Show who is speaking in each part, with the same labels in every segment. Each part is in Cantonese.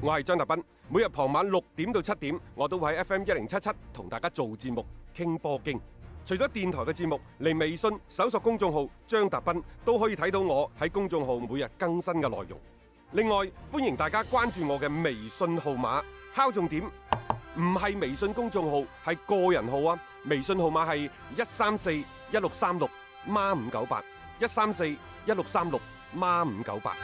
Speaker 1: 我係張達斌，每日傍晚六點到七點，我都會喺 FM 一零七七同大家做節目傾波經。除咗電台嘅節目，嚟微信搜索公眾號張達斌都可以睇到我喺公眾號每日更新嘅內容。另外，歡迎大家關注我嘅微信號碼，敲重點，唔係微信公眾號，係個人號啊！微信號碼係一三四一六三六孖五九八，一三四一六三六孖五九八。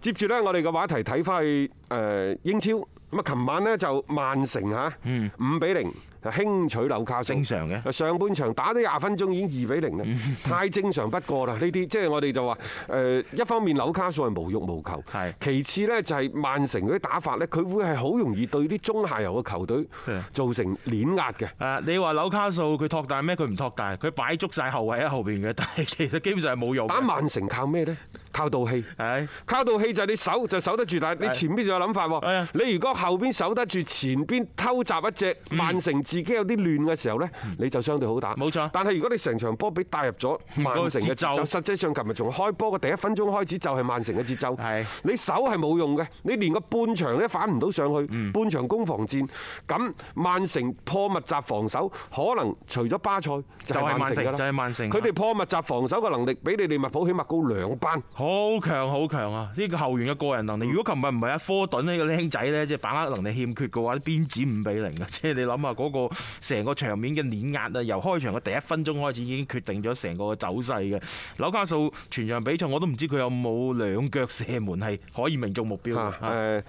Speaker 1: 接住呢，我哋嘅話題睇翻去誒英超。咁啊，琴晚呢就曼城嚇五比零輕取紐卡素，
Speaker 2: 正常嘅。
Speaker 1: 上半場打咗廿分鐘已經二比零啦，太正常不過啦。呢啲即係我哋就話誒，一方面紐卡素係無欲無求
Speaker 2: 係，
Speaker 1: 其次呢就係曼城嗰啲打法呢，佢會係好容易對啲中下游嘅球隊造成碾壓嘅。
Speaker 2: 誒，你話紐卡素佢托大咩？佢唔托大，佢擺足晒後衞喺後邊嘅，但係其實基本上係冇用嘅。
Speaker 1: 打曼城靠咩呢？靠道氣。
Speaker 2: 係
Speaker 1: 靠到氣就係你守就守得住，但係你前邊仲有諗法
Speaker 2: 係
Speaker 1: 喎
Speaker 2: 啊。
Speaker 1: 你如果後邊守得住，前邊偷襲一隻曼城自己有啲亂嘅時候呢，你就相對好打。
Speaker 2: 冇錯
Speaker 1: 但係如果你成場波俾帶入咗曼城嘅節
Speaker 2: 嗰
Speaker 1: 奏，
Speaker 2: 個節奏
Speaker 1: 實際上琴日從開波嘅第一分鐘開始就係曼城嘅節奏
Speaker 2: 係。
Speaker 1: 你守係冇用嘅，你連個半場都反唔到上去，半場攻防戰。咁曼城破密集防守，可能除咗巴塞就
Speaker 2: 就係
Speaker 1: 係曼
Speaker 2: 曼
Speaker 1: 城
Speaker 2: 城
Speaker 1: 㗎啦
Speaker 2: 就係曼城
Speaker 1: 佢哋破密集防守嘅能力比你利物浦起碼高兩班。
Speaker 2: 好強好強啊！呢個後援嘅個人能力，如果琴日唔係阿科頓呢個僆仔呢，即係把握能力欠缺嘅話，邊止五比零啊！ 即係你諗下嗰個成個場面嘅碾壓啊，由開場嘅第一分鐘開始已經決定咗成個走勢嘅。紐卡素全場比賽我都唔知佢有冇兩腳射門係可以命中目標
Speaker 1: 嚇
Speaker 2: 嘅。
Speaker 1: 啊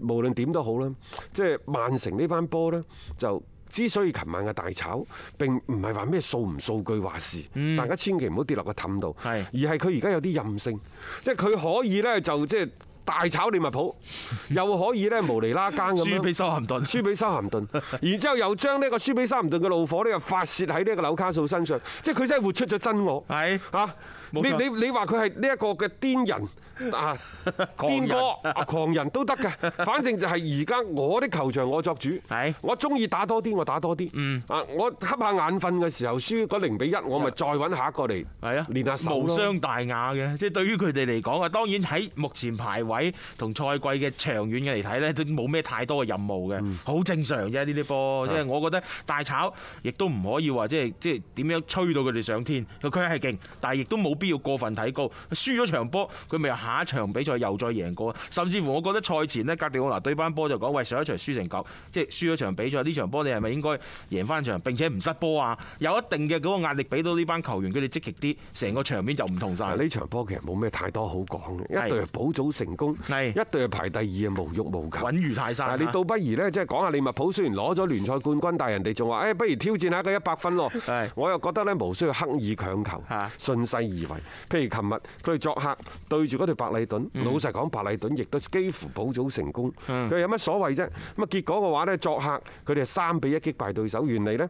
Speaker 1: 誒，無論點都好啦，即係曼城呢班波呢，就之所以琴晚嘅大炒並唔係話咩數唔數據話事，大家千祈唔好跌落個氹度，
Speaker 2: 嗯係
Speaker 1: 而係佢而家有啲任性，即係佢可以呢，就即係大炒利物 浦，又可以呢無厘啦更咁
Speaker 2: 輸
Speaker 1: 樣
Speaker 2: 俾。修咸頓，
Speaker 1: 輸俾修咸頓， 然之後又將呢個輸俾修咸頓嘅怒火呢，又發泄喺呢個紐卡素身上，即係佢真係活出咗真我。
Speaker 2: 係
Speaker 1: 嚇，你
Speaker 2: 冇錯
Speaker 1: 啊你你話佢係呢一個嘅癲人啊，
Speaker 2: 狂人
Speaker 1: 癲哥啊，狂人都得 嘅。反正就係而家我啲球場我作主
Speaker 2: 係，嗯
Speaker 1: 我中意打多啲我打多啲。啊，我瞌下眼瞓嘅時候輸嗰零比一，我咪再揾下一個嚟
Speaker 2: 係啊，
Speaker 1: 練下手
Speaker 2: 無
Speaker 1: 咯
Speaker 2: 傷大雅嘅，即係對於佢哋嚟講啊，當然喺目前排位同賽季嘅長遠嘅嚟睇呢，都冇咩太多嘅任務嘅，好、正常啫呢啲波。即係我覺得大炒亦都唔可以話即係即係點樣吹到佢哋上天，佢佢係勁，但係亦都冇必要過分睇高。輸咗場波，佢咪又下一場比賽又再贏過，啊甚至乎我覺得賽前呢，格迪奧拿對班波就講：喂，上一場輸成九，即係輸咗場比賽，呢場波你係咪應該贏翻場，並且唔失波啊？有一定嘅嗰個壓力俾到呢班球員，佢哋積極啲，成個場面就唔同晒。
Speaker 1: 啊呢場波其實冇咩太多好講嘅，
Speaker 2: 係
Speaker 1: 一隊係保組成功，
Speaker 2: 係
Speaker 1: 一隊係排第二啊，無欲無求。
Speaker 2: 穩如泰
Speaker 1: 啊！
Speaker 2: 山，
Speaker 1: 你倒不如呢，即係講下利物浦雖然攞咗聯賽冠軍，但係人哋仲話：哎誒，不如挑戰下佢一百分咯
Speaker 2: 係。
Speaker 1: 我又覺得呢，無需要刻意強求
Speaker 2: 嚇，
Speaker 1: 順勢而為。譬如琴日佢哋作客對住嗰隊白禮頓，
Speaker 2: 嗯
Speaker 1: 老實講，白禮頓亦都幾乎保組成功。佢有乜所謂啫？咁啊，結果嘅話呢，作客佢哋係三比一擊敗對手，原嚟呢，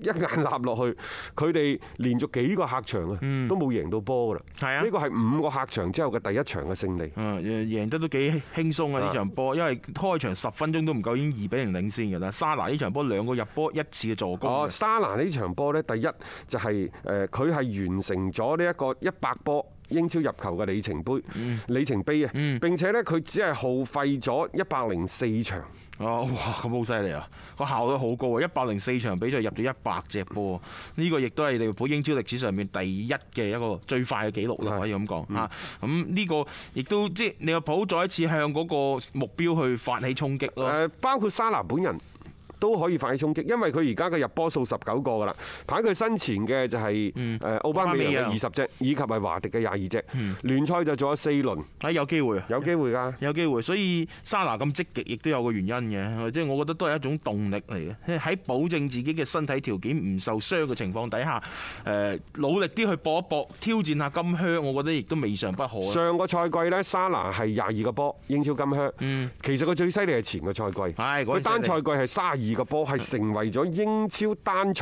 Speaker 1: 一眼立落去，佢哋連續幾個客場啊，都冇贏到波㗎啦。
Speaker 2: 嗯係啊
Speaker 1: 呢個係五個客場之後嘅第一場嘅勝利。
Speaker 2: 嗯，誒贏得都幾輕鬆啊！呢場波，因為開場十分鐘都唔夠，已經二比零領先嘅啦。沙拿呢場波兩個入波，一次嘅助攻啊
Speaker 1: 哦，
Speaker 2: 嘅，
Speaker 1: 沙拿呢場波呢，第一就係誒佢係完成咗呢一個一百波。英超入球嘅里程碑，里程碑啊！並且呢，佢只係耗費咗一百零四場，
Speaker 2: 哦，哇，咁好犀利啊！個效率好高啊，一百零四場比賽入咗一百隻波，呢個亦都係利物浦英超歷史上面第一嘅一個最快嘅紀錄啦，可以咁講嚇。咁呢個亦都即係利物浦再一次向嗰個目標去發起衝擊咯。
Speaker 1: 誒呃包括沙拿本人都可以快衝擊，因為佢而家嘅入波數十九個㗎啦，排佢身前嘅就係誒奧巴美揚嘅
Speaker 2: 奧巴
Speaker 1: 二
Speaker 2: 美
Speaker 1: 十隻，以及係華迪嘅廿二隻。聯賽就仲有四輪，
Speaker 2: 啊，有機會啊！
Speaker 1: 有機會㗎。
Speaker 2: 有機會，所以沙拿咁積極，亦都有個原因嘅，即係我覺得都係一種動力嚟嘅。喺保證自己嘅身體條件唔受傷嘅情況底下，誒努力啲去搏一搏，挑戰下金靴，我覺得亦都未嘗不可。
Speaker 1: 上個賽季呢，沙拿係廿二個波，英超金靴。其實佢最犀利係前個賽季，
Speaker 2: 嗯係嗰陣
Speaker 1: 佢單
Speaker 2: 犀利
Speaker 1: 賽季係卅二個波係成為咗英超單賽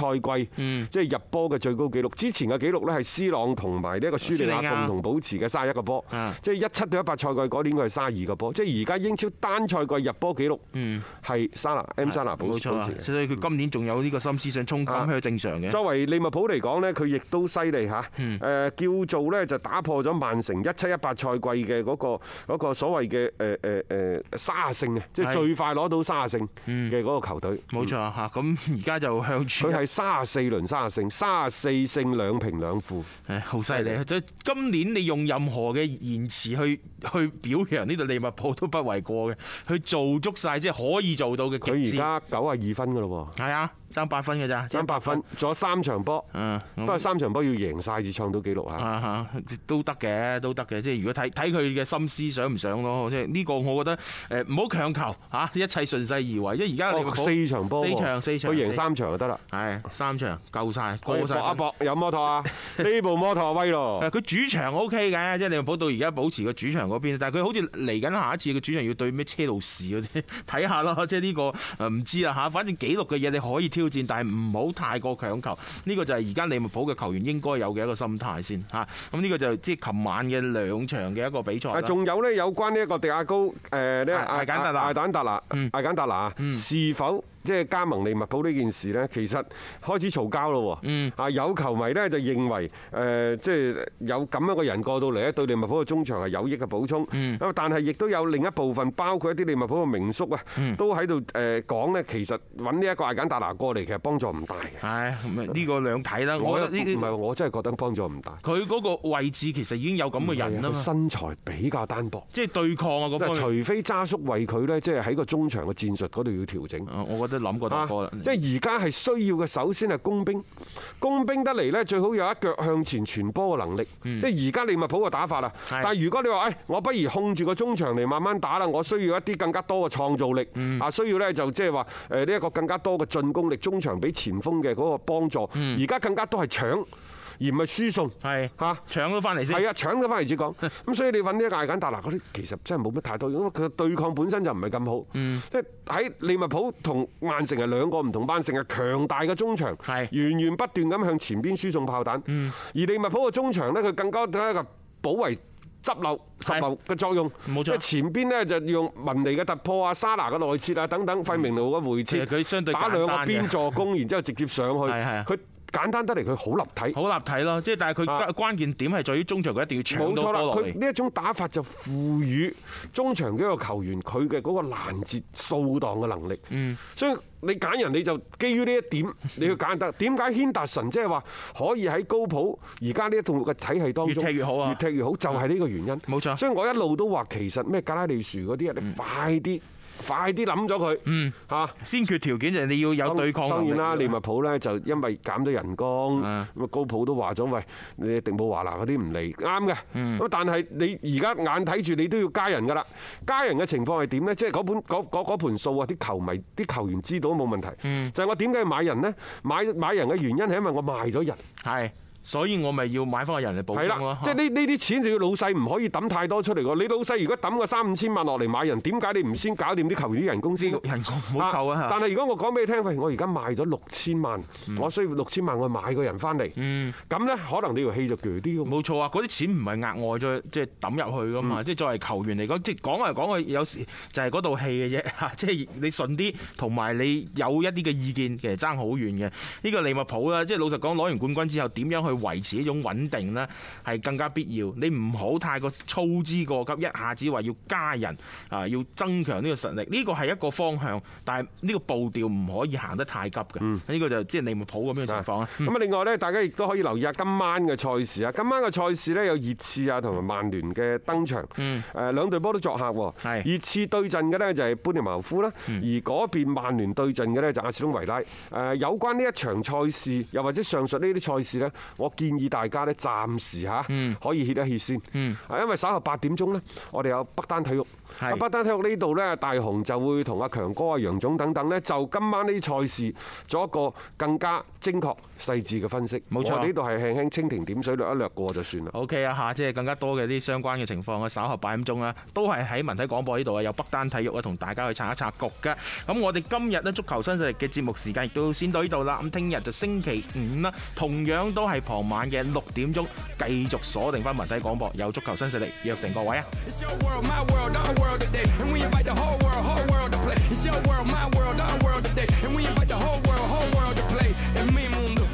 Speaker 1: 季
Speaker 2: 嗯
Speaker 1: 即係入波嘅最高紀錄。之前嘅紀錄呢係斯朗同埋呢一個舒利
Speaker 2: 舒利
Speaker 1: 亞
Speaker 2: 亞
Speaker 1: 共同保持嘅三十一個波
Speaker 2: 啊，
Speaker 1: 即係一七到一八賽季嗰年佢係三十二個波，即係而家英超單賽季入波紀錄
Speaker 2: 嗯
Speaker 1: 係沙拿 M 沙拿保保
Speaker 2: 冇
Speaker 1: 持
Speaker 2: 錯啊，
Speaker 1: 嘅。
Speaker 2: 所以佢今年仲有呢個心思想衝
Speaker 1: 啊
Speaker 2: 咁係正常嘅。嗯
Speaker 1: 作為利物浦嚟講呢佢亦都犀利嚇，誒、叫做呢就打破咗曼城一七一八賽季嘅嗰、個嗰個所謂嘅誒誒誒沙勝啊，即係
Speaker 2: 係嗯
Speaker 1: 最快攞到沙勝嘅嗰個球隊。
Speaker 2: 冇錯啊嚇，咁而家就向住
Speaker 1: 嗯佢係三十四輪三十勝，三十四勝兩平兩負。
Speaker 2: 誒好犀利啊！即係今年你用任何嘅言辭去去表揚呢度利物浦都不為過嘅，佢做足晒即係可以做到嘅
Speaker 1: 佢
Speaker 2: 極
Speaker 1: 而
Speaker 2: 致。
Speaker 1: 家九啊二分噶咯
Speaker 2: 係啊，爭八分嘅咋，
Speaker 1: 喎，爭八分，仲有三場波，
Speaker 2: 嗯。
Speaker 1: 不
Speaker 2: 嗯，
Speaker 1: 過三場波要贏晒至創到紀錄嚇。
Speaker 2: 啊哈都得嘅，都得嘅。即係如果睇睇佢嘅心思想唔想咯，即係呢個我覺得誒唔好強求嚇，一切順勢而為。因為而家利物
Speaker 1: 哦，
Speaker 2: 浦
Speaker 1: 四場波喎，
Speaker 2: 四場四場
Speaker 1: 佢贏
Speaker 2: 四
Speaker 1: 三場就得啦。
Speaker 2: 係三場夠晒，
Speaker 1: 搏
Speaker 2: 過晒分
Speaker 1: 一搏，有摩托啊！ 呢部摩托威咯
Speaker 2: 誒。佢主場 O K 嘅，即係利物浦到而家保持個主場嗰邊，但係佢好似嚟緊下一次個主場要對咩車路士嗰啲， 睇下咯，即係呢個誒唔知啦嚇。反正紀錄嘅嘢你可以挑戰，但係唔好太過強求。呢個就係而家利物浦嘅球員應該有嘅一個心態先嚇。咁呢個就即係琴晚嘅兩場嘅一個比賽
Speaker 1: 啊，
Speaker 2: 啦。
Speaker 1: 仲有呢，有關呢一個迪亞高誒呢
Speaker 2: 艾艾簡達拿
Speaker 1: 艾簡達拿
Speaker 2: 嗯
Speaker 1: 艾簡達拿是否即係加盟利物浦呢件事呢？其實開始嘈交咯喎
Speaker 2: 嗯。
Speaker 1: 啊，有球迷呢就認為誒，即係有咁樣嘅人過到嚟咧，對利物浦嘅中場係有益嘅補充。
Speaker 2: 嗯
Speaker 1: 咁但係亦都有另一部分，包括一啲利物浦嘅名宿啊，都喺度誒講呢。其實揾呢一個艾簡達拿過嚟，其實幫助唔大嘅。
Speaker 2: 唉，咁啊呢個兩睇啦。我
Speaker 1: 我
Speaker 2: 覺得呢
Speaker 1: 唔
Speaker 2: 啲
Speaker 1: 係，我真係覺得幫助唔大。
Speaker 2: 佢嗰個位置其實已經有咁嘅人啊
Speaker 1: 佢
Speaker 2: 嘛，
Speaker 1: 身材比較單薄。
Speaker 2: 即係對抗啊嗰方面。
Speaker 1: 除非揸叔為佢呢，即係喺個中場嘅戰術嗰度要調整。
Speaker 2: 啊我覺得諗過大哥啦。嗯
Speaker 1: 即係而家係需要嘅，首先係工兵，工兵得嚟呢，最好有一腳向前傳波嘅能力。即係而家利物浦嘅打法啊，
Speaker 2: 嗯係
Speaker 1: 但係如果你話，誒，哎我不如控住個中場嚟慢慢打啦，我需要一啲更加多嘅創造力，
Speaker 2: 嗯
Speaker 1: 啊，需要呢就即係話誒呢一個更加多嘅進攻力，中場俾前鋒嘅嗰個幫助。
Speaker 2: 嗯
Speaker 1: 而家更加多係搶，而唔係輸送
Speaker 2: 係
Speaker 1: 嚇。
Speaker 2: 搶咗翻嚟先。
Speaker 1: 係啊，搶咗翻嚟至 講。咁所以你揾呢個艾簡達拿嗰啲，其實真係冇乜太多用，因為佢嘅對抗本身就唔係咁好。
Speaker 2: 嗯
Speaker 1: 即係喺利物浦同曼城係兩個唔同，曼城係強大嘅中場，
Speaker 2: 係嗯
Speaker 1: 源源不斷咁向前邊輸送炮彈。而利物浦嘅中場呢，佢更加睇一個保衞。執漏、十漏嘅作用，
Speaker 2: 冇錯
Speaker 1: 因為前邊呢，就用文尼嘅突破啊、沙拿嘅內切啊等等，費明路嘅回
Speaker 2: 其
Speaker 1: 切
Speaker 2: 實，嗯佢相對
Speaker 1: 打兩個
Speaker 2: 簡單嘅
Speaker 1: 邊。助攻，然之後直接上去。
Speaker 2: 係係啊
Speaker 1: 佢簡單得嚟，佢好立體。
Speaker 2: 好立體咯，即係但係佢
Speaker 1: 啊
Speaker 2: 關關鍵點係在於中場佢一定要
Speaker 1: 冇
Speaker 2: 搶
Speaker 1: 錯
Speaker 2: 到波
Speaker 1: 啦，
Speaker 2: 落
Speaker 1: 佢
Speaker 2: 嚟，
Speaker 1: 呢一種打法就賦予中場嘅一個球員佢嘅嗰個攔截掃蕩嘅能力。嗯，所以你揀人你就基於呢一點， 你要揀得。點解軒達臣即係話可以喺高普而家呢一套嘅體系當中
Speaker 2: 越踢越好啊嗯
Speaker 1: 越踢越好就係呢個原因。
Speaker 2: 冇錯嗯
Speaker 1: 所以我一路都話其實咩格拉利樹嗰啲啊，你快啲快啲諗咗佢。嗯，嚇。
Speaker 2: 先決條件就係你要有對抗能
Speaker 1: 當
Speaker 2: 力
Speaker 1: 然啦，利物浦呢就因為減咗人工，咁啊高普都話咗，喂，你迪姆華拿嗰啲唔嚟，啱嘅。咁但係你而家眼睇住你都要加人㗎啦，加人嘅情況係點呢？即係嗰本嗰嗰嗰盤數啊，啲球迷、啲球員知道都冇問題。就係我點解要買人呢？買買人嘅原因係因為我賣咗人，
Speaker 2: 係，所以我咪要買翻個人嚟補
Speaker 1: 係
Speaker 2: 充咯
Speaker 1: 啦，。即係呢呢啲錢就要老細唔可以揼太多出嚟喎。你老細如果揼個三五千萬落嚟買人，點解你唔先搞掂啲球員啲人工先？
Speaker 2: 人工唔好扣啊嗯
Speaker 1: 但係如果我講俾你聽，喂，我而家賣咗六千萬，我需要六千萬，我買個人翻嚟，咁呢，可能你條氣就鋸啲喎。
Speaker 2: 冇錯啊！嗰啲錢唔係額外再即係抌入去噶嘛，即係作為球員嚟講，即係講嚟講去，有時 就係嗰度戲嘅啫 即係你順啲，同埋你有一啲嘅意見，其實爭好遠嘅。呢個利物浦啦，即係老實講，攞完冠軍之後，點樣去維持呢種穩定呢？係更加必要。你唔好太過操之過急，一下子話要加人啊，要增強呢個實力，呢個係一個方向，但係呢個步調唔可以行得太急嘅。呢、個就即係利物浦咁樣嘅情況啊。
Speaker 1: 咁啊，另外呢，大家亦都可以留意下今晚嘅賽事啊。今晚嘅賽事呢，有熱刺啊同埋曼聯嘅登場，誒兩隊波都作客喎。
Speaker 2: 嗯係
Speaker 1: 熱刺對陣嘅呢就係班尼茅夫啦，
Speaker 2: 嗯
Speaker 1: 而嗰邊曼聯對陣嘅呢就阿士東維拉。誒有關呢一場賽事，又或者上述呢啲賽事呢，我我建議大家呢，暫時嚇
Speaker 2: 嗯
Speaker 1: 可以歇一歇先。
Speaker 2: 嗯
Speaker 1: 啊，因為稍後八點鐘呢，我哋有北單體育。
Speaker 2: 係
Speaker 1: 啊北單體育呢度呢，大雄就會同阿強哥、啊楊總等等呢，就今晚呢啲賽事做一個更加精確細緻嘅分析。
Speaker 2: 冇錯
Speaker 1: 我哋呢度係輕輕蜻蜓點水略一略過就算啦。
Speaker 2: OK 啊嚇，即係更加多嘅啲相關嘅情況啊，稍後八點鐘啊，都係喺文體廣播呢度啊，有北單體育啊，同大家去拆一拆局嘅。咁我哋今日呢足球新勢力嘅節目時間亦都先到呢度啦。咁聽日就星期五啦，同樣都係傍晚嘅六點鐘，繼續鎖定翻文體廣播，有足球新勢力，約定各位啊！
Speaker 3: It's your world, my world, our world today. And we invite the whole world, whole world to play. It's your world, my world, our world today. And we invite the whole world, whole world to play. And me mundo.